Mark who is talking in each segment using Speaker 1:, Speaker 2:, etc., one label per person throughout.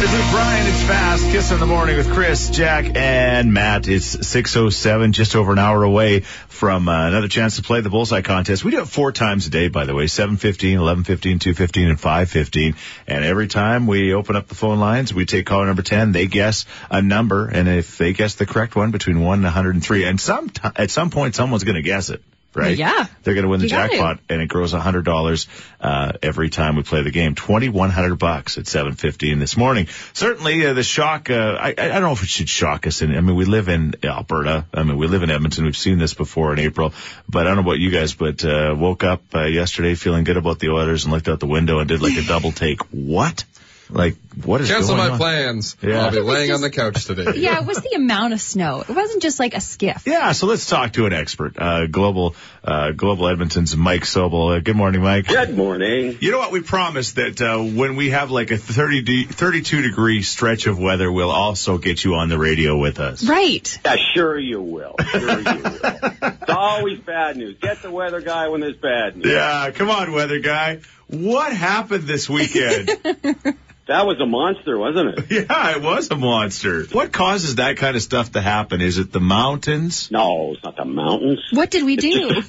Speaker 1: This is Brian. It's Fast Kiss in the Morning with Chris, Jack, and Matt. It's 6.07, just over an hour away from uh, another chance to play the Bullseye Contest. We do it four times a day, by the way, 7.15, 11.15, 2.15, and 5.15. And every time we open up the phone lines, we take caller number 10. They guess a number, and if they guess the correct one, between 1 and 103. And some t- at some point, someone's going to guess it. Right?
Speaker 2: Yeah.
Speaker 1: They're going to win the
Speaker 2: You gotta.
Speaker 1: jackpot and it grows $100 uh, every time we play the game. 2100 bucks at 7:15 this morning. Certainly uh, the shock uh, I I don't know if it should shock us and I mean we live in Alberta. I mean we live in Edmonton. We've seen this before in April, but I don't know about you guys, but uh woke up uh, yesterday feeling good about the Oilers and looked out the window and did like a double take. What? Like what is
Speaker 3: Cancel
Speaker 1: going
Speaker 3: my
Speaker 1: on?
Speaker 3: plans.
Speaker 1: Yeah.
Speaker 3: I'll be
Speaker 2: It was
Speaker 3: laying
Speaker 2: just-
Speaker 3: on the couch today.
Speaker 2: Yeah, it was the amount of snow. It wasn't just like a skiff.
Speaker 1: Yeah, so let's talk to an expert. Uh, global, uh, global Edmonton's Mike Sobel. Uh, good morning, Mike.
Speaker 4: Good morning.
Speaker 1: You know what? We promised that uh, when we have like a 30 de- 32 degree stretch of weather, we'll also get you on the radio with us.
Speaker 2: Right.
Speaker 4: Yeah, sure you will. Sure you will. It's always bad news. Get the weather guy when there's bad news.
Speaker 1: Yeah, come on, weather guy. What happened this weekend?
Speaker 4: That was a monster, wasn't it?
Speaker 1: yeah, it was a monster. What causes that kind of stuff to happen? Is it the mountains?
Speaker 4: No, it's not the mountains.
Speaker 2: What did we do?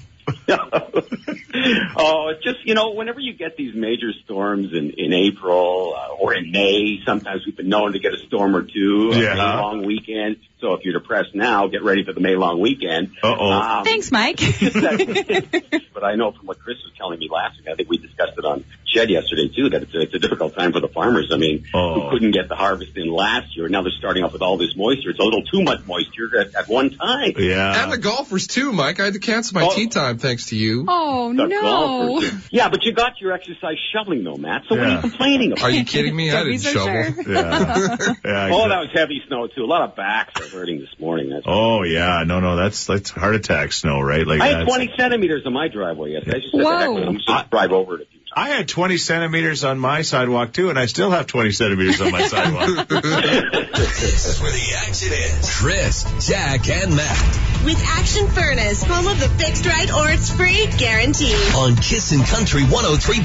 Speaker 1: Um,
Speaker 4: oh, it's just, you know, whenever you get these major storms in, in April uh, or in May, sometimes we've been known to get a storm or two, a
Speaker 1: Yeah.
Speaker 4: May long weekend. So if you're depressed now, get ready for the May long weekend.
Speaker 1: Uh-oh.
Speaker 4: Um,
Speaker 2: Thanks, Mike.
Speaker 4: but I know from what Chris was telling me last week, I think we discussed it on Shed yesterday too, that it's a, it's a difficult time for the farmers. I mean,
Speaker 1: Oh.
Speaker 4: who couldn't get the harvest in last year? Now they're starting off with all this moisture. It's a little too much moisture at, at one time.
Speaker 1: Yeah.
Speaker 3: And the golfers too, Mike. I had to cancel my
Speaker 4: Oh.
Speaker 3: tea time thanks to you.
Speaker 2: Oh
Speaker 4: The
Speaker 2: no.
Speaker 4: golfers. Yeah, but you got your exercise shoveling though, Matt. So what are
Speaker 1: Yeah.
Speaker 4: you complaining
Speaker 3: Are
Speaker 4: about?
Speaker 3: you kidding me? I didn't
Speaker 2: These are
Speaker 3: shovel.
Speaker 2: sure.
Speaker 1: yeah. Yeah,
Speaker 4: Oh, that was heavy snow too. A lot of backs are hurting this morning. That's
Speaker 1: Oh yeah, no, no, that's that's heart attack snow, right? Like
Speaker 4: I had
Speaker 1: that's-
Speaker 4: 20 centimeters on my driveway yesterday. I just said, the heck
Speaker 2: Whoa.
Speaker 4: with it. I'm just gonna drive over it a few times.
Speaker 1: I had 20 centimeters on my sidewalk too, and I still have 20 centimeters on my sidewalk.
Speaker 5: This is where the action is. Chris, Jack, and Matt
Speaker 6: with Action Furnace, home of the fixed right or it's free guarantee.
Speaker 5: on Kissin' Country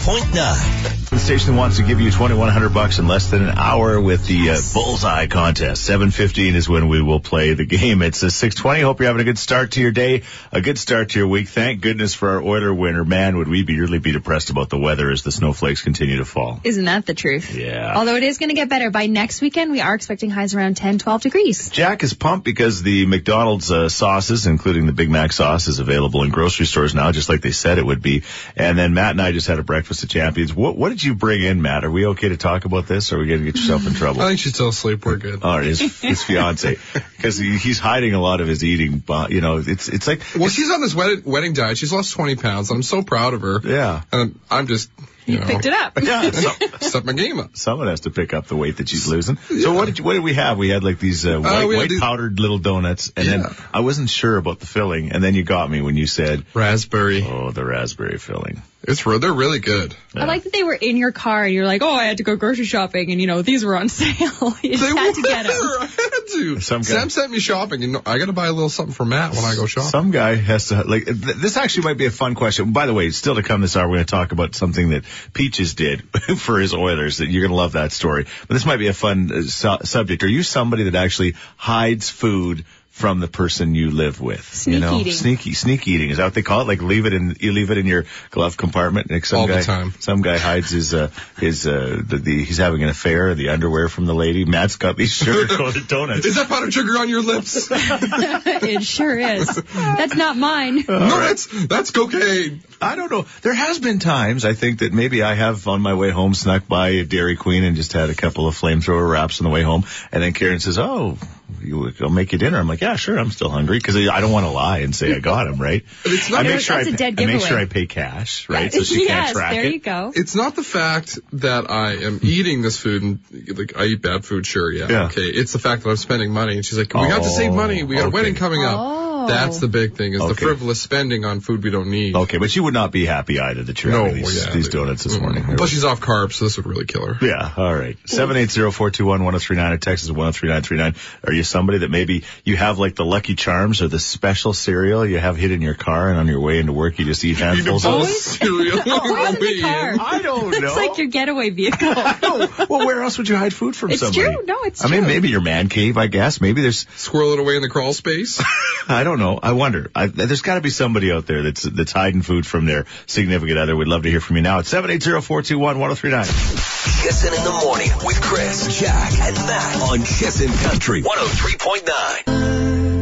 Speaker 5: 103.9.
Speaker 1: The station wants to give you 2100 bucks in less than an hour with the uh, bullseye contest. 715 is when we will play the game. It's a 620. Hope you're having a good start to your day, a good start to your week. Thank goodness for our Oiler winner. Man, would we be really be depressed about the weather as the snowflakes continue to fall.
Speaker 2: Isn't that the truth?
Speaker 1: Yeah.
Speaker 2: Although it is going to get better by next weekend, we are expecting highs around 10, 12 degrees.
Speaker 1: Jack is pumped because the McDonald's uh, sauces, including the Big Mac sauce, is available in grocery stores now, just like they said it would be. And then Matt and I just had a breakfast at Champions. What, what did you bring in, Matt? Are we okay to talk about this? Or are we going to get yourself in trouble?
Speaker 3: I think she's still asleep. We're good.
Speaker 1: Or Oh, his, his fiance, because he, he's hiding a lot of his eating. bu- You know, it's it's like
Speaker 3: Well, she's on this wedding, wedding diet. She's lost 20 pounds. I'm so proud of her.
Speaker 1: yeah,
Speaker 3: And I'm just, you, know,
Speaker 2: Picked it up.
Speaker 1: yeah. So,
Speaker 3: stepped my game up.
Speaker 1: someone has to pick up the weight that she's losing. So what did you, what did we have? We had like these uh, white,
Speaker 3: we had
Speaker 1: white
Speaker 3: these-
Speaker 1: powdered little donuts, and
Speaker 3: Yeah.
Speaker 1: then I wasn't sure about the filling, and then you got me when you said.
Speaker 3: Raspberry.
Speaker 1: Oh, the raspberry filling.
Speaker 3: It's re- they're really good.
Speaker 2: I like that they were in your car and you're like, oh, I had to go grocery shopping and you know, these were on sale. you just
Speaker 3: They
Speaker 2: had to
Speaker 3: were.
Speaker 2: get them.
Speaker 3: I had to.
Speaker 1: Some guy-
Speaker 3: Sam sent me shopping. You know, I got to buy a little something for Matt when I go shopping.
Speaker 1: Some guy has to like. Th- this actually might be a fun question. By the way, still to come this hour, we're going to talk about something that Peaches did for his Oilers. That you're going to love that story. But this might be a fun uh, su- subject. Are you somebody that actually hides food? From the person you live with, you
Speaker 2: Sneak
Speaker 1: know,
Speaker 2: eating.
Speaker 1: sneaky, sneak eating is that what they call it? Like leave it in, you leave it in your glove compartment. And some
Speaker 3: All the
Speaker 1: guy,
Speaker 3: time.
Speaker 1: some guy hides his, uh, his, uh, the, the, he's having an affair, the underwear from the lady. Matt's got these sugar-coated donuts.
Speaker 3: Is that powdered sugar on your lips? no,
Speaker 2: it sure is. That's not mine.
Speaker 3: that's that's cocaine.
Speaker 1: I don't know. There has been times I think that maybe I have on my way home snuck by a Dairy Queen and just had a couple of flamethrower wraps on the way home, and then Karen says, "Oh, you, I'll make you dinner." I'm like, "Yeah, sure. I'm still hungry because I don't want to lie and say I got them right."
Speaker 3: it's not-
Speaker 1: I make
Speaker 3: That's
Speaker 1: sure I,
Speaker 2: a
Speaker 1: pay-
Speaker 2: dead
Speaker 1: I make sure
Speaker 2: giveaway.
Speaker 1: I pay cash, right? So she
Speaker 2: yes,
Speaker 1: can't track
Speaker 2: there
Speaker 1: it.
Speaker 2: you go.
Speaker 3: it's not the fact that I am eating this food and like I eat bad food, sure, yeah,
Speaker 1: Yeah.
Speaker 3: okay. It's the fact that I'm spending money, and she's like, "We have to save money. We got
Speaker 1: Oh,
Speaker 3: a wedding
Speaker 1: okay.
Speaker 3: coming up."
Speaker 2: Oh.
Speaker 3: That's the big thing is the
Speaker 1: Okay.
Speaker 3: frivolous spending on food we don't need.
Speaker 1: Okay, but you would not be happy either that you're
Speaker 3: No,
Speaker 1: having these,
Speaker 3: yeah,
Speaker 1: these
Speaker 3: they-
Speaker 1: donuts this morning.
Speaker 3: Plus she's off carbs, so this would really kill her.
Speaker 1: Yeah, all right. 780-421-1039 or Texas 103939. Are you somebody that maybe you have like the Lucky Charms or the special cereal you have hid in your car and on your way into work you just eat
Speaker 3: You can
Speaker 1: handfuls
Speaker 3: bowl
Speaker 1: of
Speaker 3: of
Speaker 1: it?
Speaker 3: cereal.
Speaker 2: Always in the car.
Speaker 1: I don't know.
Speaker 2: It's like your getaway vehicle.
Speaker 1: no. Well, where else would you hide food from
Speaker 2: It's
Speaker 1: somebody?
Speaker 2: true. No, it's
Speaker 1: I mean,
Speaker 2: true.
Speaker 1: maybe your man cave, I guess. Maybe there's,
Speaker 3: Squirrel it away in the crawl space.
Speaker 1: I don't know. I wonder. I, there's got to be somebody out there that's that's hiding food from their significant other. We'd love to hear from you now at 780-421-1039.
Speaker 5: Kissin' in the morning with Chris, Jack, and Matt on Kissin' Country 103.9.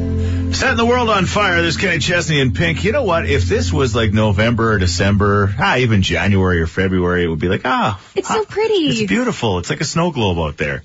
Speaker 1: Setting the world on fire. There's Kenny Chesney and Pink. You know what? If this was like November or December, ah, even January or February, it would be like, ah,
Speaker 2: It's so
Speaker 1: ah, It's
Speaker 2: pretty.
Speaker 1: beautiful. It's like a snow globe out there.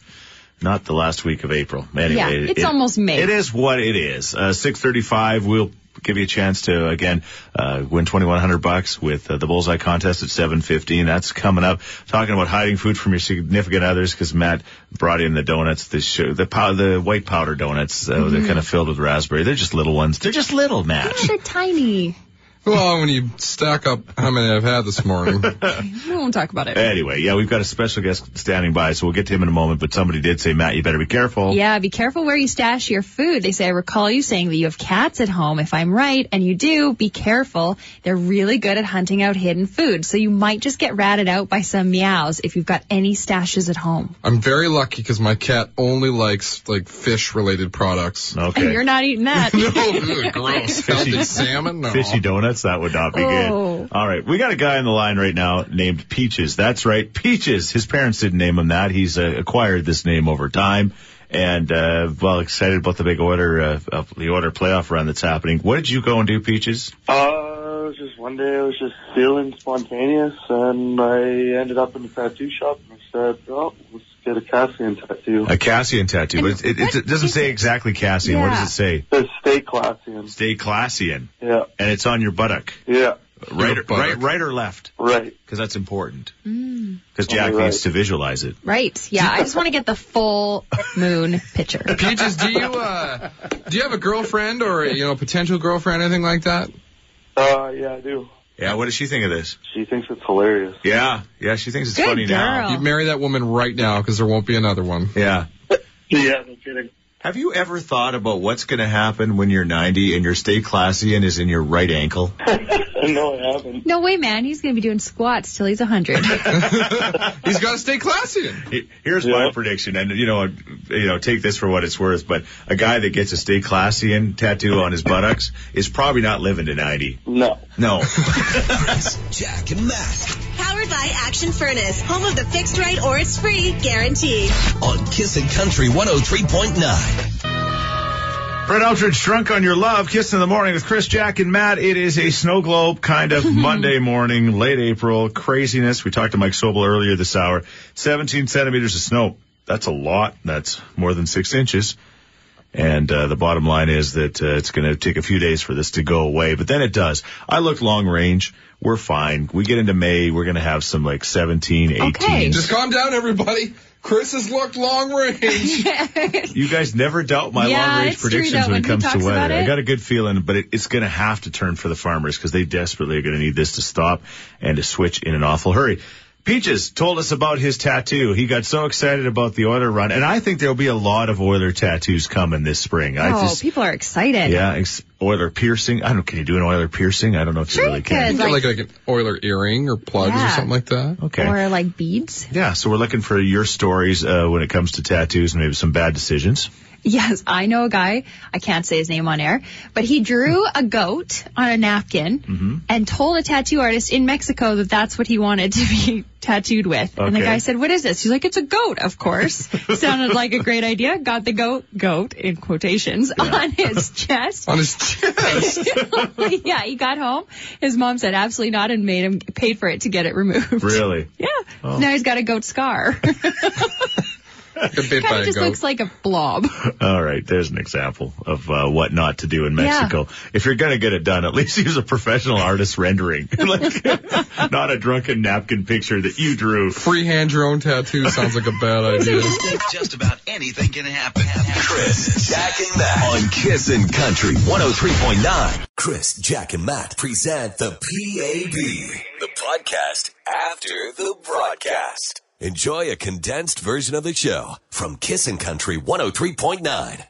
Speaker 1: Not the last week of April. Anyway,
Speaker 2: Yeah,
Speaker 1: it-
Speaker 2: it's
Speaker 1: it-
Speaker 2: almost May.
Speaker 1: It is what it is. Uh, 6:35. We'll give you a chance to again uh, win 2,100 bucks with uh, the bullseye contest at 7:15. That's coming up. Talking about hiding food from your significant others because Matt brought in the donuts, the show, the pow- the white powder donuts. Uh,
Speaker 2: Mm-hmm.
Speaker 1: They're kind of filled with raspberry. They're just little ones. They're just little, Matt.
Speaker 2: They're tiny.
Speaker 3: well, when you stack up how many I've had this morning,
Speaker 2: We won't talk about it.
Speaker 1: Anyway, yeah, we've got a special guest standing by, so we'll get to him in a moment. But somebody did say, Matt, you better be careful.
Speaker 2: Yeah, be careful where you stash your food. They say, I recall you saying that you have cats at home. If I'm right, and you do, be careful. They're really good at hunting out hidden food. So you might just get ratted out by some meows if you've got any stashes at home.
Speaker 3: I'm very lucky because my cat only likes like fish related products.
Speaker 1: Okay.
Speaker 2: And you're not eating that.
Speaker 3: No, ugh, gross. Healthy salmon? No.
Speaker 1: Fishy donuts, that would not be
Speaker 2: Oh.
Speaker 1: good. All right, we got a guy on the line right now named Peaches. That's right, Peaches. His parents didn't name him that. He's uh, acquired this name over time, and uh, well, excited about the big order uh, of the order playoff run that's happening. What did you go and do, Peaches?
Speaker 7: Uh, it was just one day I was just feeling spontaneous and I ended up in a tattoo shop and I said, oh, let's get a Cassian tattoo.
Speaker 1: A Cassian tattoo, but
Speaker 2: And
Speaker 1: it, it,
Speaker 2: what
Speaker 1: it doesn't
Speaker 2: is
Speaker 1: say
Speaker 2: it?
Speaker 1: exactly Cassian. What
Speaker 2: Yeah.
Speaker 1: does it say?
Speaker 7: It says stay Classian.
Speaker 1: Stay Classian,
Speaker 7: Yeah,
Speaker 1: and it's on your buttock,
Speaker 7: yeah,
Speaker 1: right,
Speaker 3: Your buttock.
Speaker 1: right, right or left,
Speaker 7: right.
Speaker 1: because that's important.
Speaker 2: Mm,
Speaker 1: Because Jack
Speaker 7: Oh, right.
Speaker 1: needs to visualize it.
Speaker 2: right. Yeah, I just want to get the full moon picture.
Speaker 3: Peaches, do you uh, do you have a girlfriend or you know potential girlfriend, anything like that?
Speaker 7: Uh, yeah, I do.
Speaker 1: Yeah, what does she think of this?
Speaker 7: She thinks it's hilarious.
Speaker 1: Yeah, yeah, she thinks it's
Speaker 2: Good
Speaker 1: funny now.
Speaker 2: girl.
Speaker 3: You marry that woman right now because there won't be another one.
Speaker 1: Yeah.
Speaker 7: Yeah, no kidding.
Speaker 1: Have you ever thought about what's going to happen when you're 90 and your stay classy and is in your right ankle?
Speaker 7: no, I haven't.
Speaker 2: No way, man. He's going to be doing squats till he's 100.
Speaker 3: He's got to stay classy.
Speaker 1: Here's my
Speaker 7: Yeah.
Speaker 1: prediction, and you know, you know, take this for what it's worth. But a guy that gets a stay classy and tattoo on his buttocks is probably not living to 90.
Speaker 7: No.
Speaker 1: No.
Speaker 5: Jack and Matt
Speaker 6: Powered by Action Furnace, home of the fixed right or it's free guarantee.
Speaker 5: on Kissin' Country 103.9.
Speaker 1: Fred Eldridge, drunk on your love, kiss in the morning with Chris, Jack, and Matt. It is a snow globe kind of Monday morning, late April craziness. We talked to Mike Sobel earlier this hour. 17 centimeters of snow. That's a lot. That's more than six inches. And uh, the bottom line is that uh, it's going to take a few days for this to go away, but then it does. I look long range. We're fine. We get into May. We're going to have some like 17, 18.
Speaker 2: Okay.
Speaker 3: Just calm down, everybody. Chris has looked long range.
Speaker 1: You guys never doubt my
Speaker 2: Yeah,
Speaker 1: long range
Speaker 2: it's true,
Speaker 1: predictions
Speaker 2: though, when
Speaker 1: when it
Speaker 2: he
Speaker 1: comes to
Speaker 2: talks about
Speaker 1: weather. I
Speaker 2: it.
Speaker 1: got a good feeling, but it, it's going to have to turn for the farmers because they desperately are going to need this to stop and to switch in an awful hurry. Peaches told us about his tattoo. He got so excited about the Oiler run, and I think there'll be a lot of Oiler tattoos coming this spring. I
Speaker 2: oh,
Speaker 1: just,
Speaker 2: people are excited.
Speaker 1: yeah, ex- Oiler piercing. I don't. Can you do an Oiler piercing? I don't know if
Speaker 2: Sure
Speaker 1: you really
Speaker 2: you
Speaker 1: can.
Speaker 2: could.
Speaker 3: Get like, like an oiler earring or plugs or
Speaker 2: Yeah.
Speaker 3: something like that.
Speaker 1: Okay.
Speaker 2: Or like beads.
Speaker 1: yeah, so we're looking for your stories uh, when it comes to tattoos and maybe some bad decisions.
Speaker 2: Yes, I know a guy. I can't say his name on air, but he drew a goat on a napkin
Speaker 3: Mm-hmm.
Speaker 2: and told a tattoo artist in Mexico that that's what he wanted to be tattooed with. And the
Speaker 1: Okay.
Speaker 2: guy said, "What is this?" He's like, "It's a goat, of course." Sounded like a great idea. Got the goat, goat in quotations on his chest.
Speaker 3: On his chest.
Speaker 2: yeah, he got home. His mom said, "Absolutely not," and made him paid for it to get it removed.
Speaker 1: Really?
Speaker 2: Yeah.
Speaker 3: Oh.
Speaker 2: Now he's got a goat scar.
Speaker 3: Got bit by
Speaker 2: kind
Speaker 3: a
Speaker 2: of just
Speaker 3: goat.
Speaker 2: looks like a blob.
Speaker 1: All right, there's an example of uh, what not to do in Mexico. If you're gonna get it done, at least use a professional artist rendering, like not a drunken napkin picture that you drew.
Speaker 3: Freehand your own tattoo sounds like a bad idea.
Speaker 5: Just about any
Speaker 8: anything can happen.
Speaker 5: Chris, Jack, and Matt on Kissin' Country 103.9. Chris, Jack, and Matt present the PAB, the podcast after the broadcast. Enjoy a condensed version of the show from Kissin' Country 103.9.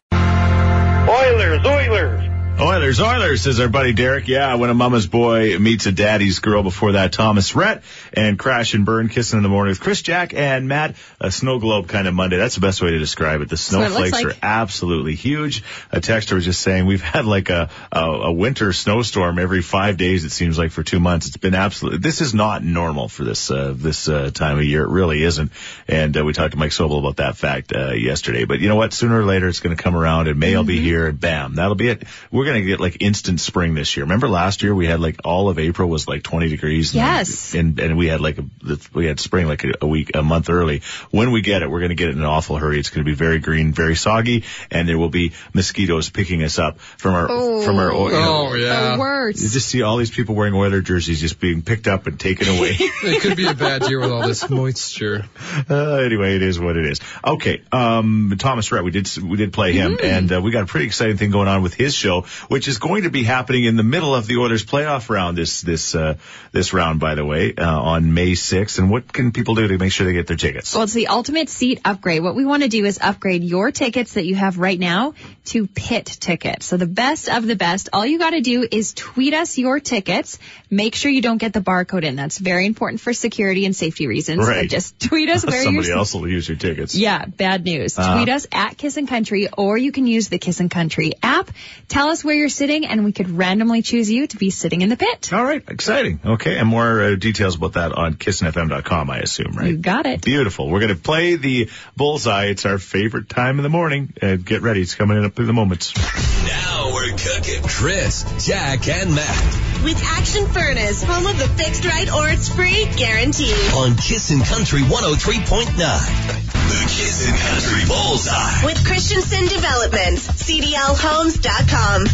Speaker 7: Oilers, Oilers.
Speaker 1: Oilers, Oilers, says our buddy Derek. Yeah, when a mama's boy meets a daddy's girl. Before that, Thomas Rhett and Crash and Burn kissing in the morning with Chris Jack and Matt. A snow globe kind of Monday. That's the best way to describe it. The
Speaker 2: what it looks
Speaker 1: snowflakes
Speaker 2: like.
Speaker 1: are absolutely huge. A texter was just saying we've had like a, a a winter snowstorm every five days. It seems like for two months. It's been absolutely. This is not normal for this uh, this uh, time of year. It really isn't. And uh, we talked to Mike Sobel about that fact uh, yesterday. But you know what? Sooner or later, it's going to come around, and May will be here, and bam, that'll be it. We're going to get like instant spring this year. Remember last year we had like all of April was like 20 degrees. and then-
Speaker 2: Yes.
Speaker 1: and and we had like a we had spring like a, a week a month early. When we get it, we're going to get it in an awful hurry. It's going to be very green, very soggy, and there will be mosquitoes picking us up from our
Speaker 2: Oh.
Speaker 1: from our. You know,
Speaker 3: Oh yeah.
Speaker 2: The
Speaker 1: you
Speaker 2: worst.
Speaker 1: just see all these people wearing Oiler jerseys just being picked up and taken away.
Speaker 3: It could be a bad year with all this moisture.
Speaker 1: uh, anyway, it is what it is. Okay, um, Thomas Rhett, we did we did play him,
Speaker 2: Mm-hmm.
Speaker 1: and uh, we got a pretty exciting thing going on with his show, which is going to be happening in the middle of the Oilers playoff round this this uh, this round, by the way, uh, on May 6th. And what can people do to make sure they get their tickets?
Speaker 2: Well, it's the ultimate seat upgrade. What we want to do is upgrade your tickets that you have right now to pit tickets. So the best of the best. All you got to do is tweet us your tickets. Make sure you don't get the barcode in. That's very important for security and safety reasons. So
Speaker 1: Right.
Speaker 2: just tweet us where
Speaker 1: Somebody
Speaker 2: you're
Speaker 1: else Uh-huh. will use your tickets.
Speaker 2: Yeah, bad news. Tweet us at Kiss and Country, or you can use the Kiss and Country app. Tell us where you're sitting, and we could randomly choose you to be sitting in the pit.
Speaker 1: All right, exciting. Okay, and more uh, details about that on kissinfm.com, I assume, right?
Speaker 2: You got it.
Speaker 1: Beautiful. We're going to play the bullseye. It's our favorite time in the morning. Uh, get ready. It's coming in up in the moments.
Speaker 5: Now we're cooking. Chris, Jack, and Matt
Speaker 6: With Action Furnace, home of the fixed right or it's free guarantee.
Speaker 5: on Kissin' Country 103.9. The Kissin' Country Bullseye.
Speaker 6: With Christensen Developments, CDLHomes.com.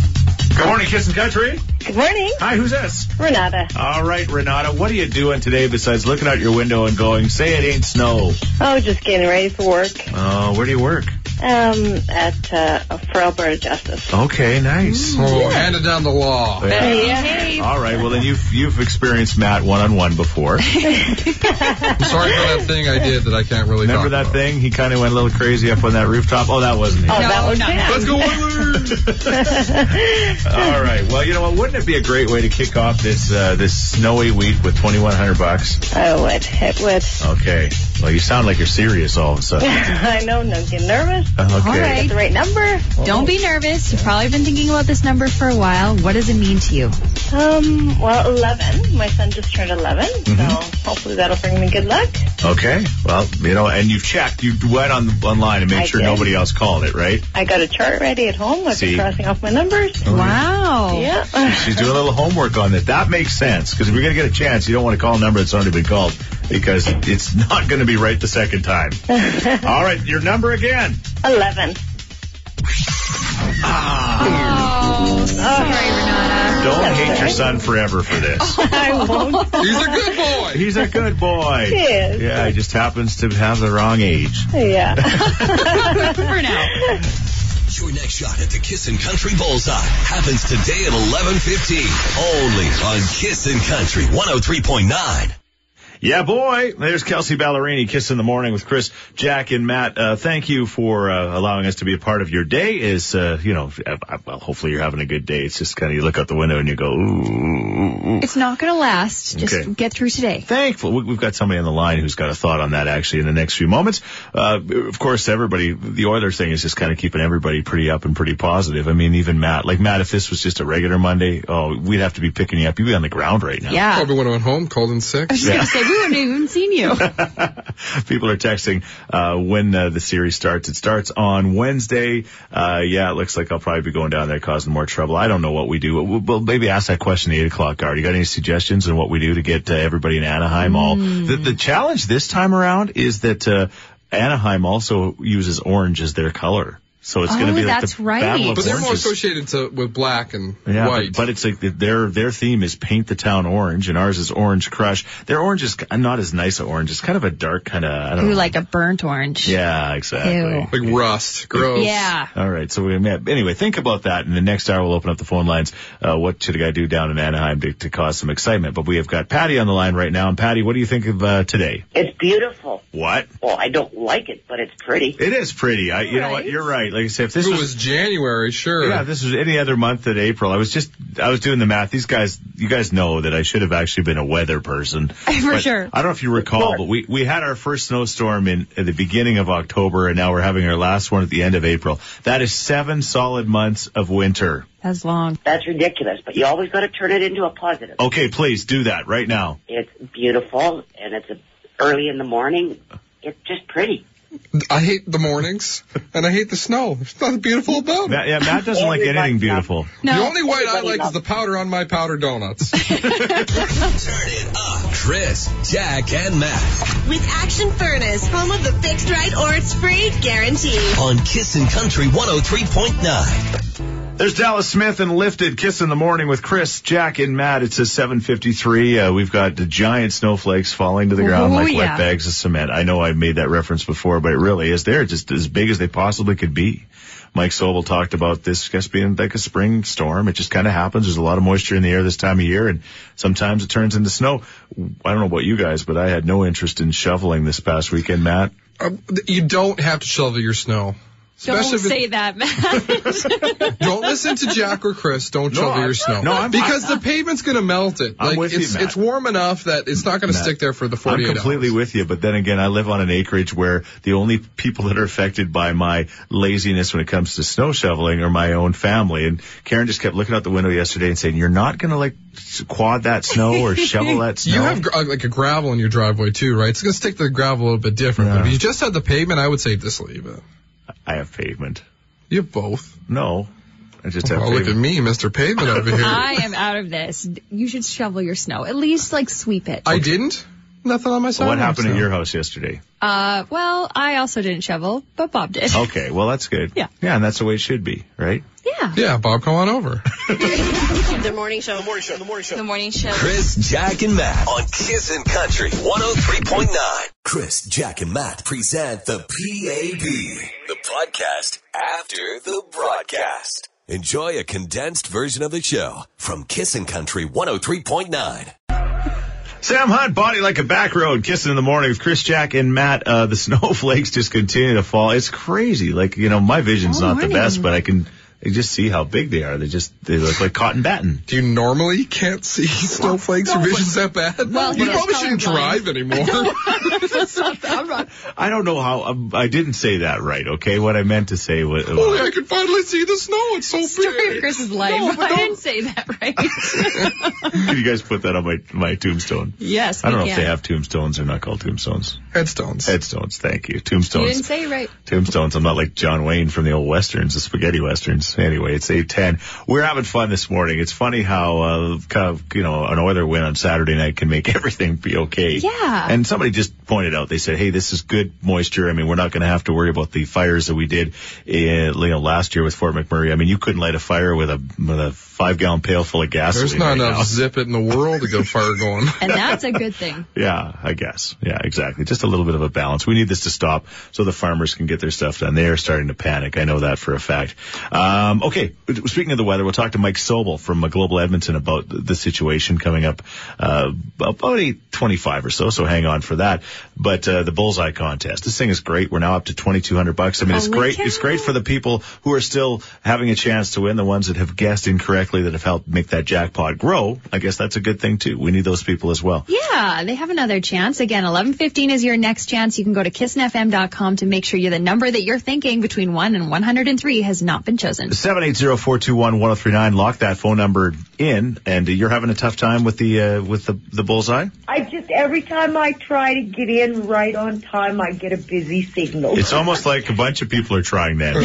Speaker 1: Good morning, Kiss and Country.
Speaker 9: Good morning,
Speaker 1: Hi, who's this?
Speaker 9: Renata.
Speaker 1: All right, Renata, what are you doing today besides looking out your window and going, say it ain't snow?
Speaker 9: Oh, just getting ready for work.
Speaker 1: Oh, where do you work?
Speaker 9: Um, at uh, for Alberta Justice.
Speaker 1: Okay, nice.
Speaker 3: Oh, handed down the law.
Speaker 9: Yeah.
Speaker 1: All right, well then you've you've experienced Matt one on one before.
Speaker 3: I'm sorry for that thing I did that I can't really
Speaker 1: Remember
Speaker 3: talk
Speaker 1: that
Speaker 3: about.
Speaker 1: thing? He kind of went a little crazy up on that rooftop. Oh, that wasn't him.
Speaker 9: Oh, that was
Speaker 2: no,
Speaker 9: him.
Speaker 3: Let's go Oilers!
Speaker 1: All right. Well, you know what? Wouldn't it be a great way to kick off this uh, this snowy week with twenty one hundred bucks?
Speaker 9: Oh, it, it was.
Speaker 1: Okay. Well, you sound like you're serious all of a sudden.
Speaker 9: I know, no, I'm getting nervous.
Speaker 1: Okay.
Speaker 2: All right.
Speaker 9: Get the right number.
Speaker 2: Don't be nervous. You've probably been thinking about this number for a while. What does it mean to you?
Speaker 9: Um, well, 11. My son just turned 11, so hopefully that'll bring me good luck.
Speaker 1: Okay. Well, you know, and you've checked. You went on online and made
Speaker 9: I
Speaker 1: sure
Speaker 9: did.
Speaker 1: nobody else called it, right?
Speaker 9: I got a chart ready at home. I've
Speaker 1: See.
Speaker 9: been crossing off my numbers.
Speaker 1: Oh,
Speaker 2: Wow.
Speaker 9: Yeah.
Speaker 1: She's doing a little homework on it. That makes sense because if you're going to get a chance, you don't want to call a number that's already been called because it's not going to be right the second time. all right. Your number again.
Speaker 9: 11.
Speaker 2: Oh, sorry, Renata.
Speaker 1: Don't hate your son forever for this.
Speaker 9: I won't.
Speaker 3: He's a good boy!
Speaker 1: He's a good boy.
Speaker 9: He is.
Speaker 1: Yeah, he just happens to have the wrong age.
Speaker 9: Yeah.
Speaker 2: For now.
Speaker 5: Your next shot at the Kissin' Country Bullseye happens today at 11.15. Only on Kissin' Country 103.9.
Speaker 1: Yeah, boy. There's Kelsey Ballerini, Kiss in the Morning with Chris, Jack, and Matt. Uh, thank you for uh, allowing us to be a part of your day. Is uh, you know, uh, uh, well, hopefully you're having a good day. It's just kind of you look out the window and you go, ooh. ooh, ooh.
Speaker 2: It's not going to last. Just
Speaker 1: Okay.
Speaker 2: get through today.
Speaker 1: Thankful. We- We've got somebody on the line who's got a thought on that actually in the next few moments. Uh, of course, everybody, the Oilers thing is just kind of keeping everybody pretty up and pretty positive. I mean, even Matt, like Matt, if this was just a regular Monday, oh, we'd have to be picking you up. You'd be on the ground right now.
Speaker 2: Yeah. I
Speaker 3: Probably would have went home cold and sick.
Speaker 2: was just going to say, we wouldn't have even seen you.
Speaker 1: People are texting uh, when uh, the series starts. It starts on Wednesday. Uh, yeah, it looks like I'll probably be going down there causing more trouble. I don't know what we do. We'll, we'll maybe ask that question at 8 o'clock guard. You got any suggestions on what we do to get uh, everybody in Anaheim all? The, the challenge this time around is that uh, Anaheim also uses orange as their color. So it's
Speaker 2: Oh,
Speaker 1: going to be like
Speaker 2: that's
Speaker 1: the
Speaker 2: right.
Speaker 1: battle of
Speaker 2: But
Speaker 3: But they're more
Speaker 1: oranges.
Speaker 3: associated to, with black and
Speaker 1: Yeah,
Speaker 3: white.
Speaker 1: but it's like their their theme is paint the town orange, and ours is orange crush. Their orange is k- not as nice an orange. It's kind of a dark kind of. I don't
Speaker 2: Ooh,
Speaker 1: know.
Speaker 2: like a burnt orange.
Speaker 1: yeah, exactly.
Speaker 2: Ew.
Speaker 3: like rust, gross.
Speaker 2: Yeah.
Speaker 1: All right, so we met. Anyway, think about that. In the next hour, we'll open up the phone lines. Uh, what should a guy do down in Anaheim to, to cause some excitement? But we have got Patty on the line right now. And Patty, what do you think of uh, today?
Speaker 8: It's beautiful.
Speaker 1: What?
Speaker 8: Well, I don't like it, but it's pretty.
Speaker 1: It is pretty. I, you know what?
Speaker 2: Right.
Speaker 1: You're right. Like I said, if this
Speaker 3: If it
Speaker 1: was,
Speaker 3: was January, sure.
Speaker 1: yeah, if this was any other month than April, I was just I was doing the math. These guys, you guys know that I should have actually been a weather person
Speaker 2: For
Speaker 1: But
Speaker 2: sure.
Speaker 1: I don't know if you recall,
Speaker 8: course.
Speaker 1: but we, we had our first snowstorm in at the beginning of October, and now we're having our last one at the end of April. That is seven solid months of winter.
Speaker 2: That's long.
Speaker 8: That's ridiculous, but you always got to turn it into a positive.
Speaker 1: Okay, please do that right now.
Speaker 8: It's beautiful, and it's a, early in the morning. It's just pretty.
Speaker 3: I hate the mornings and I hate the snow. There's nothing beautiful about it.
Speaker 1: Matt, yeah, Matt doesn't like
Speaker 8: Everybody
Speaker 1: anything
Speaker 8: loves-
Speaker 1: beautiful.
Speaker 3: The
Speaker 2: No.
Speaker 3: only white I
Speaker 8: Everybody
Speaker 3: like is
Speaker 8: loves-
Speaker 3: the powder on my powder donuts.
Speaker 5: Turn it up. Chris, Jack, and Matt
Speaker 6: With Action Furnace, home of the fixed right or it's free guarantee.
Speaker 5: on Kissin' Country 103.9.
Speaker 1: There's Dallas Smith and Lifted Kiss in the Morning with Chris, Jack, and Matt. It's a 7:53. Uh, we've got the giant snowflakes falling to the ground
Speaker 2: Oh,
Speaker 1: like wet
Speaker 2: yeah.
Speaker 1: bags of cement. I know I made that reference before, but it really is. They're just as big as they possibly could be. Mike Sobel talked about this just being like a spring storm. It just kind of happens. There's a lot of moisture in the air this time of year, and sometimes it turns into snow. I don't know about you guys, but I had no interest in shoveling this past weekend, Matt.
Speaker 3: Um, th- you don't have to shovel your snow.
Speaker 2: Don't
Speaker 3: Especially if it-
Speaker 2: say that, Matt.
Speaker 3: Don't listen to Jack or Chris. Don't
Speaker 1: No,
Speaker 3: shovel
Speaker 1: I'm-
Speaker 3: your snow.
Speaker 1: no, I'm-
Speaker 3: because the pavement's going to melt it.
Speaker 1: I'm
Speaker 3: like
Speaker 1: with you,
Speaker 3: it's
Speaker 1: Matt.
Speaker 3: it's warm enough that it's not going to
Speaker 1: Matt,
Speaker 3: stick there for the 48
Speaker 1: I'm completely
Speaker 3: hours.
Speaker 1: with you, but then again, I live on an acreage where the only people that are affected by my laziness when it comes to snow shoveling are my own family. And Karen just kept looking out the window yesterday and saying, "You're not going to like quad that snow or shovel that snow."
Speaker 3: You have gr- uh, like a gravel in your driveway too, right? It's going to stick to the gravel a little bit different. But
Speaker 1: Yeah.
Speaker 3: if you just had the pavement, I would say just leave it.
Speaker 1: I have pavement.
Speaker 3: You have both.
Speaker 1: No, I just have
Speaker 3: Oh, look at
Speaker 1: pavement.
Speaker 3: me, Mr. Pavement over here. I,
Speaker 2: I am out of this. You should shovel your snow. At least like sweep it.
Speaker 3: didn't. Nothing on my side.
Speaker 1: What happened at your house yesterday?
Speaker 2: Uh, well, I also didn't shovel, but Bob did.
Speaker 1: Okay, well that's good.
Speaker 2: Yeah.
Speaker 1: yeah, and that's the way it should be, right?
Speaker 2: Yeah.
Speaker 3: Yeah, Bob, come on over.
Speaker 6: The morning show. The morning show. The morning show.
Speaker 5: Chris, Jack, and Matt on Kissin' Country 103.9. Chris, Jack, and Matt present the PAB, the podcast after the broadcast. Enjoy a condensed version of the show from Kissin' Country 103.9.
Speaker 1: Sam Hunt, body like a back road, kissing in the morning with Chris Jack and Matt. Uh, the snowflakes just continue to fall. It's crazy. Like, you know, my vision's
Speaker 2: All
Speaker 1: not the
Speaker 2: morning.
Speaker 1: best, but I can I just see how big they are. They just, they look like cotton batting.
Speaker 3: Do you normally can't see snowflakes? Your vision's that bad?
Speaker 2: Well,
Speaker 3: you
Speaker 2: he's
Speaker 3: probably shouldn't
Speaker 2: colorblind.
Speaker 3: drive anymore.
Speaker 1: I don't know how, um, I didn't say that right, okay? What I meant to say was,
Speaker 3: Holy, I can finally see the snow. It's so
Speaker 2: Story of
Speaker 3: big.
Speaker 2: Chris's life. I didn't say that right.
Speaker 1: can you guys put that on my, my tombstone?
Speaker 2: yes,
Speaker 1: I don't know
Speaker 2: we
Speaker 1: if
Speaker 2: can.
Speaker 1: they have tombstones or not called tombstones.
Speaker 3: Headstones.
Speaker 1: Headstones, thank you.
Speaker 2: You
Speaker 1: Tombstones.
Speaker 2: didn't say it right.
Speaker 1: Tombstones. I'm not like John Wayne from the old westerns, the spaghetti westerns. Anyway, it's 8:10. We're having fun this morning. It's funny how uh, kind of you know an Oiler win on Saturday night can make everything be okay.
Speaker 2: Yeah.
Speaker 1: And somebody just pointed out. They said, "Hey, this is good moisture. I mean, we're not going to have to worry about the fires that we did in, you know last year with Fort McMurray. I mean, you couldn't light a fire with a with a five gallon pail full of gasoline.
Speaker 3: There's not
Speaker 1: right
Speaker 3: enough
Speaker 1: now.
Speaker 3: zip it in the world to get fire going.
Speaker 2: And that's a good thing.
Speaker 1: Yeah, I guess. Yeah, exactly. Just a little bit of a balance. We need this to stop so the farmers can get their stuff done. They are starting to panic. I know that for a fact. Um, okay, speaking of the weather, we'll talk to Mike Sobel from uh, Global Edmonton about the, the situation coming up uh, about 825 or so, so hang on for that. But uh, the bullseye contest, this thing is great. We're now up to 2200 bucks. I mean, it's
Speaker 2: Holy
Speaker 1: great.
Speaker 2: cow.
Speaker 1: It's great for the people who are still having a chance to win, the ones that have guessed incorrectly that have helped make that jackpot grow. I guess that's a good thing too. We need those people as well.
Speaker 2: Yeah, they have another chance. Again, 11:15 is your next chance. You can go to kissnfm.com to make sure you the number that you're thinking between 1 and 103 has not been chosen.
Speaker 1: 780-421-1039. Lock that phone number in, and you're having a tough time with the uh, with the the bullseye.
Speaker 10: I just every time I try to get in right on time, I get a busy signal.
Speaker 1: It's almost like a bunch of people are trying that.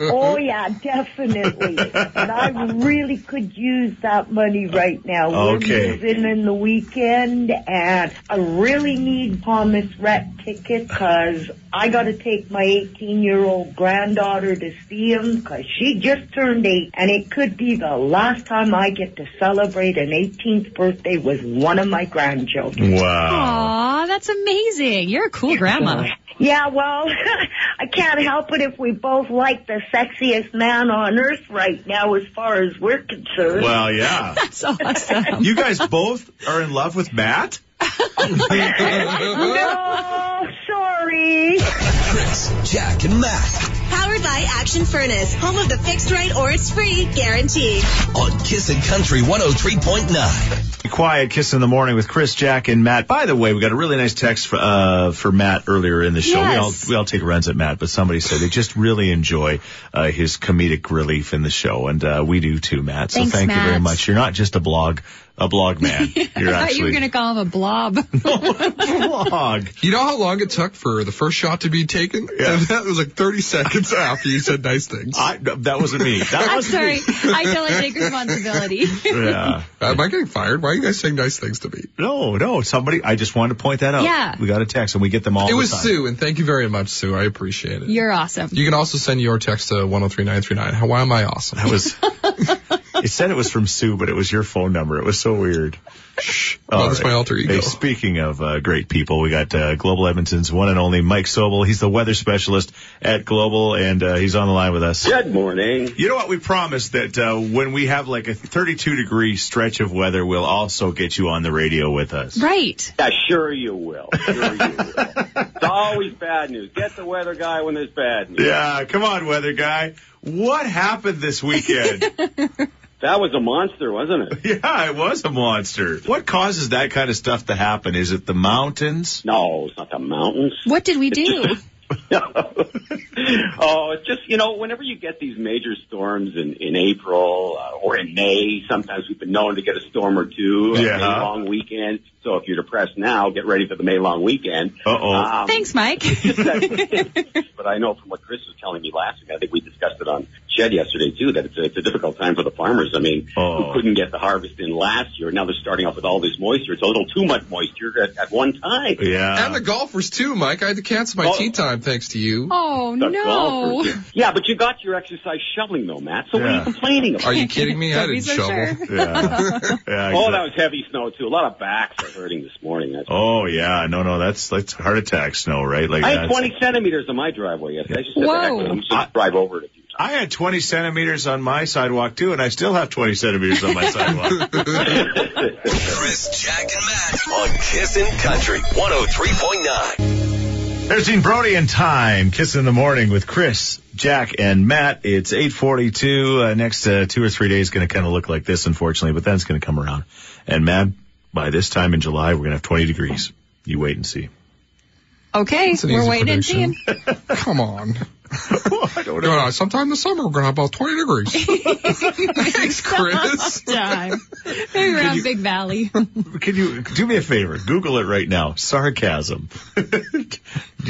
Speaker 10: oh yeah, definitely. and I really could use that money right now. We're
Speaker 1: Okay.
Speaker 10: moving in the weekend, and I really need Thomas Rhett ticket because I got to take my 18 year old granddaughter to see him 'cause she just turned eight, and it could be the last time I get to celebrate an 18th birthday with one of my grandchildren.
Speaker 2: Aw, that's amazing. You're a cool grandma.
Speaker 10: Yeah, well, I can't help it if we both like the sexiest man on earth right now, as far as we're concerned.
Speaker 1: Well, yeah.
Speaker 2: That's awesome.
Speaker 1: You guys both are in love with Matt?
Speaker 10: no, Oh, sorry.
Speaker 5: Chris, Jack, and Matt
Speaker 6: Powered by Action Furnace, home of the fixed right or it's free guarantee.
Speaker 5: on Kissin' Country 103.9.
Speaker 1: Be Quiet Kiss in the Morning with Chris, Jack, and Matt. By the way, we got a really nice text for, uh, for Matt earlier in the show. We, all,
Speaker 2: Yes.
Speaker 1: we all take runs at Matt, but somebody said they just really enjoy uh, his comedic relief in the show, and uh, we do too, Matt. So
Speaker 2: Thanks,
Speaker 1: thank you very
Speaker 2: Matt.
Speaker 1: much. You're not just a blog, a blog man. You're
Speaker 2: I thought you were
Speaker 1: actually
Speaker 2: going to call him a blob.
Speaker 1: blog.
Speaker 3: You know how long it took for the first shot to be taken?
Speaker 1: Yeah.
Speaker 3: that was like 30 seconds after you said nice things.
Speaker 1: I, that wasn't me. That
Speaker 2: I'm
Speaker 1: wasn't
Speaker 2: sorry.
Speaker 1: me.
Speaker 2: I don't take responsibility.
Speaker 1: Yeah.
Speaker 3: Uh, am I getting fired? Why are you guys saying nice things to me?
Speaker 1: No, no. Somebody, I just wanted to point that out.
Speaker 2: Yeah.
Speaker 1: We got a text, and we get them all.
Speaker 3: it
Speaker 1: the
Speaker 3: was
Speaker 1: time.
Speaker 3: Sue, and thank you very much, Sue. I appreciate it.
Speaker 2: You're awesome.
Speaker 3: You can also send your text to 103939. How- Why am I awesome?
Speaker 1: That was. it said it was from Sue, but it was your phone number. It was so weird. Shh.
Speaker 3: Oh, that's my alter ego.
Speaker 1: Hey, speaking of uh, great people, we got uh, Global Edmonton's one and only Mike Sobel. He's the weather specialist at Global, and uh, he's on the line with us.
Speaker 4: Good morning.
Speaker 1: You know what? We promised that uh, when we have like a 32 degree stretch of weather, we'll also get you on the radio with us.
Speaker 2: Right.
Speaker 4: Yeah, sure you will. Sure you will. It's always bad news. Get the weather guy when there's bad news.
Speaker 1: Yeah, come on, weather guy. What happened this weekend?
Speaker 4: That was a monster, wasn't it?
Speaker 1: Yeah, it was a monster. What causes that kind of stuff to happen? Is it the mountains?
Speaker 4: No, it's not the mountains.
Speaker 2: What did we do?
Speaker 4: oh, it's just, you know, whenever you get these major storms in, in April uh, or in May, sometimes we've been known to get a storm or two,
Speaker 1: Yeah.
Speaker 4: a May long weekend. So if you're depressed now, get ready for the May long weekend.
Speaker 1: Uh-oh.
Speaker 4: Um,
Speaker 2: Thanks, Mike.
Speaker 4: but I know from what Chris was telling me last week, I think we discussed it on Shed yesterday too, that it's a, it's a difficult time for the farmers. I mean,
Speaker 1: Oh.
Speaker 4: who couldn't get the harvest in last year? Now they're starting off with all this moisture. It's a little too much moisture at, at one time.
Speaker 1: Yeah.
Speaker 3: and the golfers too, Mike. I had to cancel my
Speaker 4: Oh.
Speaker 3: tea time thanks to you.
Speaker 2: Oh,
Speaker 4: The
Speaker 2: no.
Speaker 4: golfers. Yeah, but you got your exercise shoveling though, Matt. So what are
Speaker 1: Yeah.
Speaker 4: you complaining about?
Speaker 3: Are you kidding me? I
Speaker 2: Don't be
Speaker 3: didn't
Speaker 2: so
Speaker 3: shovel.
Speaker 2: sure.
Speaker 1: yeah. yeah
Speaker 4: Oh,
Speaker 1: exa-
Speaker 4: that was heavy snow too. A lot of backs are hurting this morning. That's
Speaker 1: Oh, yeah. No, no, that's that's heart attack snow, right? Like
Speaker 4: I
Speaker 1: that's-
Speaker 4: had 20 centimeters on my driveway yesterday. I just said,
Speaker 2: Whoa.
Speaker 4: the heck with it. I'm just gonna drive over it a few times.
Speaker 1: I had 20 centimeters on my sidewalk too, and I still have 20 centimeters on my sidewalk.
Speaker 5: Chris, Jack, and Matt on Kissin' Country 103.9.
Speaker 1: There's Dean Brody in time. Kiss in the morning with Chris, Jack, and Matt. It's 8:42. Uh, next uh, two or three days going to kind of look like this, unfortunately, but then it's going to come around. And Matt, by this time in July, we're going to have 20 degrees. You wait and see.
Speaker 2: Okay,
Speaker 3: an
Speaker 2: we're
Speaker 3: easy
Speaker 2: waiting and
Speaker 3: prediction.
Speaker 2: seeing.
Speaker 3: Come on.
Speaker 1: I don't
Speaker 3: No, no, sometime this summer we're gonna have about 20 degrees. Thanks, Chris.
Speaker 2: Time. Maybe around Big Valley.
Speaker 1: Can you do me a favor? Google it right now. Sarcasm. Did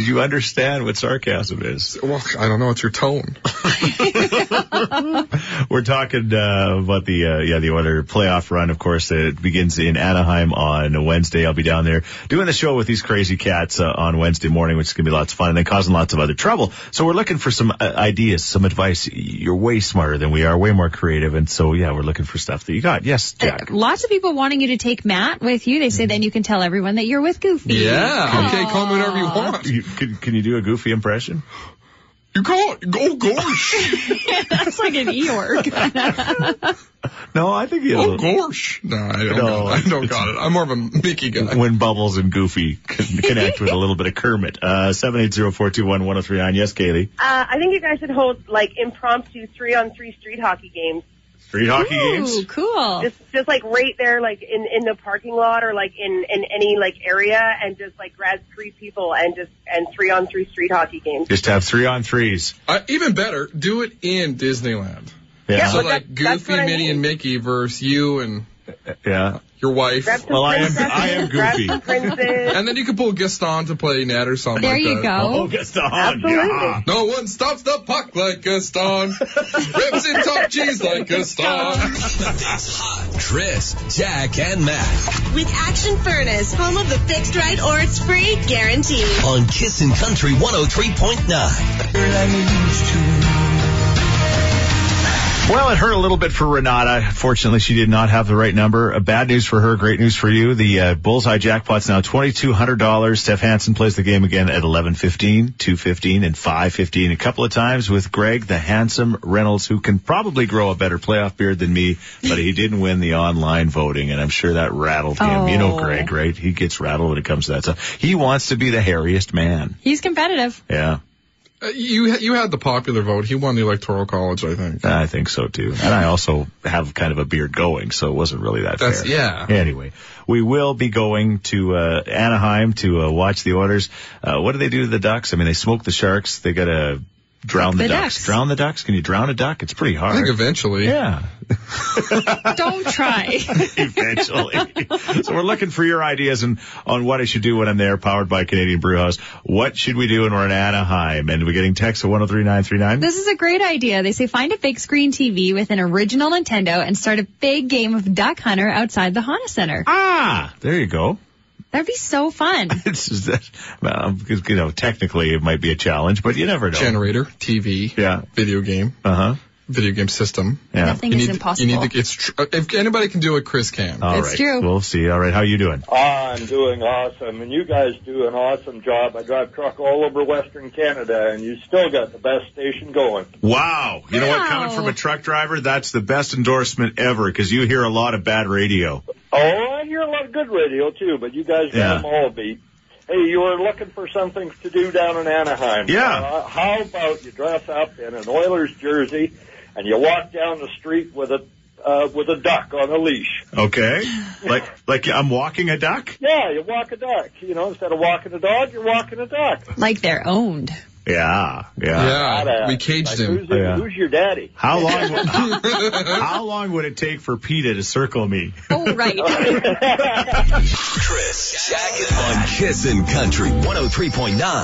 Speaker 1: you understand what sarcasm is?
Speaker 3: Well, I don't know. It's your tone.
Speaker 1: We're talking uh, about the uh, yeah the Oiler playoff run, of course. It begins in Anaheim on Wednesday. I'll be down there doing the show with these crazy cats uh, on Wednesday morning, which is gonna be lots of fun and then causing lots of other trouble. So we're looking for some uh, ideas, some advice. You're way smarter than we are, way more creative, and so yeah, we're looking for stuff that you got. Yes, Jack.
Speaker 2: Lots of people wanting you to take Matt with you. They say then you can tell everyone that you're with Goofy.
Speaker 3: Yeah. Okay, call me whatever you want.
Speaker 1: You- can, can you do a goofy impression?
Speaker 3: You call it. Oh gosh.
Speaker 2: That's like an Eeyore.
Speaker 1: No, I think you.
Speaker 3: Oh gosh. No, I don't,
Speaker 1: No,
Speaker 3: got, it. I don't got it. I'm more of a Mickey guy.
Speaker 1: when Bubbles and Goofy can connect with a little bit of Kermit. Uh, 780-421-1039. Yes, Kaylee.
Speaker 9: Uh, I think you guys should hold like impromptu three on three street hockey games.
Speaker 1: Street hockey
Speaker 2: Ooh,
Speaker 1: games.
Speaker 2: cool.
Speaker 9: Just just like right there, like in in the parking lot or like in in any like area, and just like grab three people and just and three on three street hockey games.
Speaker 1: Just have three on threes.
Speaker 3: Uh, even better, do it in Disneyland.
Speaker 1: Yeah.
Speaker 3: So
Speaker 9: Well,
Speaker 3: like
Speaker 9: that- that's
Speaker 3: Goofy,
Speaker 9: what I
Speaker 3: Minnie,
Speaker 9: mean.
Speaker 3: and Mickey versus you and
Speaker 1: Yeah.
Speaker 3: Your wife.
Speaker 9: Grab some Well, I am- princesses, I am grab goofy. some princes.
Speaker 3: and then you could pull Gaston to play Nat or something.
Speaker 9: There
Speaker 3: like
Speaker 9: you
Speaker 3: that.
Speaker 9: go.
Speaker 1: Oh, Gaston.
Speaker 9: Absolutely.
Speaker 1: Yeah.
Speaker 3: No one stops the puck like Gaston. Rips in top cheese like Gaston.
Speaker 5: It's hot. Chris, Jack, and Matt
Speaker 6: With Action Furnace, home of the fixed right or it's free guarantee.
Speaker 5: on Kissin' Country 103.9.
Speaker 1: Well, it hurt a little bit for Renata. Fortunately, she did not have the right number. Uh, bad news for her, great news for you. The uh, bullseye jackpot's now $2,200. Steph Hansen plays the game again at 11.15, 2.15, and 5.15 a couple of times with Greg, the handsome Reynolds, who can probably grow a better playoff beard than me, but he didn't win the online voting, and I'm sure that rattled him. You know
Speaker 2: Oh.
Speaker 1: Greg, right? He gets rattled when it comes to that stuff. He wants to be the hairiest man.
Speaker 2: He's competitive.
Speaker 1: Yeah.
Speaker 3: Uh, You you had the popular vote. He won the electoral college, I think.
Speaker 1: I think so too. And I also have kind of a beard going, so it wasn't really that
Speaker 3: That's
Speaker 1: fair.
Speaker 3: yeah.
Speaker 1: Anyway, we will be going to uh, Anaheim to uh, watch the orders. Uh, what do they do to the ducks? I mean, they smoke the sharks. They gotta drown the,
Speaker 2: The
Speaker 1: ducks.
Speaker 2: ducks.
Speaker 1: Drown the ducks? Can you drown a duck? It's pretty
Speaker 3: I think
Speaker 1: hard.
Speaker 3: eventually.
Speaker 1: Yeah,
Speaker 2: Don't try.
Speaker 1: eventually. so we're looking for your ideas and on what I should do when I'm there, powered by Canadian Brewhouse. What should we do when we're in Anaheim? And we're getting texts at 103939.
Speaker 2: This is a great idea. They say find a big screen TV with an original Nintendo and start a big game of Duck Hunter outside the Honda Center.
Speaker 1: ah, there you go.
Speaker 2: That'd be so fun.
Speaker 1: It's just that, well, you know, technically it might be a challenge, but you never know.
Speaker 3: Generator, TV,
Speaker 1: yeah.
Speaker 3: video game,
Speaker 1: Uh huh.
Speaker 3: video game system.
Speaker 1: Yeah.
Speaker 2: Nothing
Speaker 3: you
Speaker 2: is
Speaker 3: need
Speaker 2: impossible.
Speaker 3: You need to, it's tr- uh, if anybody can do it, Chris can.
Speaker 1: All
Speaker 2: It's
Speaker 1: right.
Speaker 2: true.
Speaker 1: We'll see. All right. How you doing?
Speaker 7: Ah, I'm doing awesome, and you guys do an awesome job. I drive truck all over Western Canada, and you still got the best station going.
Speaker 1: Wow. You know what?
Speaker 2: Wow.
Speaker 1: Coming from a truck driver, that's the best endorsement ever because you hear a lot of bad radio.
Speaker 7: Oh, I hear a lot of good radio too, but you guys got
Speaker 1: Yeah.
Speaker 7: them all beat. Hey, you were looking for something to do down in Anaheim.
Speaker 1: Yeah.
Speaker 7: Uh, how about you dress up in an Oilers jersey and you walk down the street with a uh, with a duck on a leash?
Speaker 1: Okay. like, like I'm walking a duck.
Speaker 7: Yeah, you walk a duck. You know, instead of walking a dog, you're walking a duck.
Speaker 2: Like they're owned.
Speaker 1: Yeah. Yeah.
Speaker 3: yeah,
Speaker 7: Gotta-
Speaker 3: we caged
Speaker 7: like,
Speaker 3: him.
Speaker 7: Who's, the-
Speaker 1: Oh, Yeah.
Speaker 7: who's your daddy?
Speaker 1: How long? Would, how, how long would it take for PETA to circle me?
Speaker 2: Oh, right.
Speaker 5: oh Chris, Jack, and on Kissin' Country 103.9.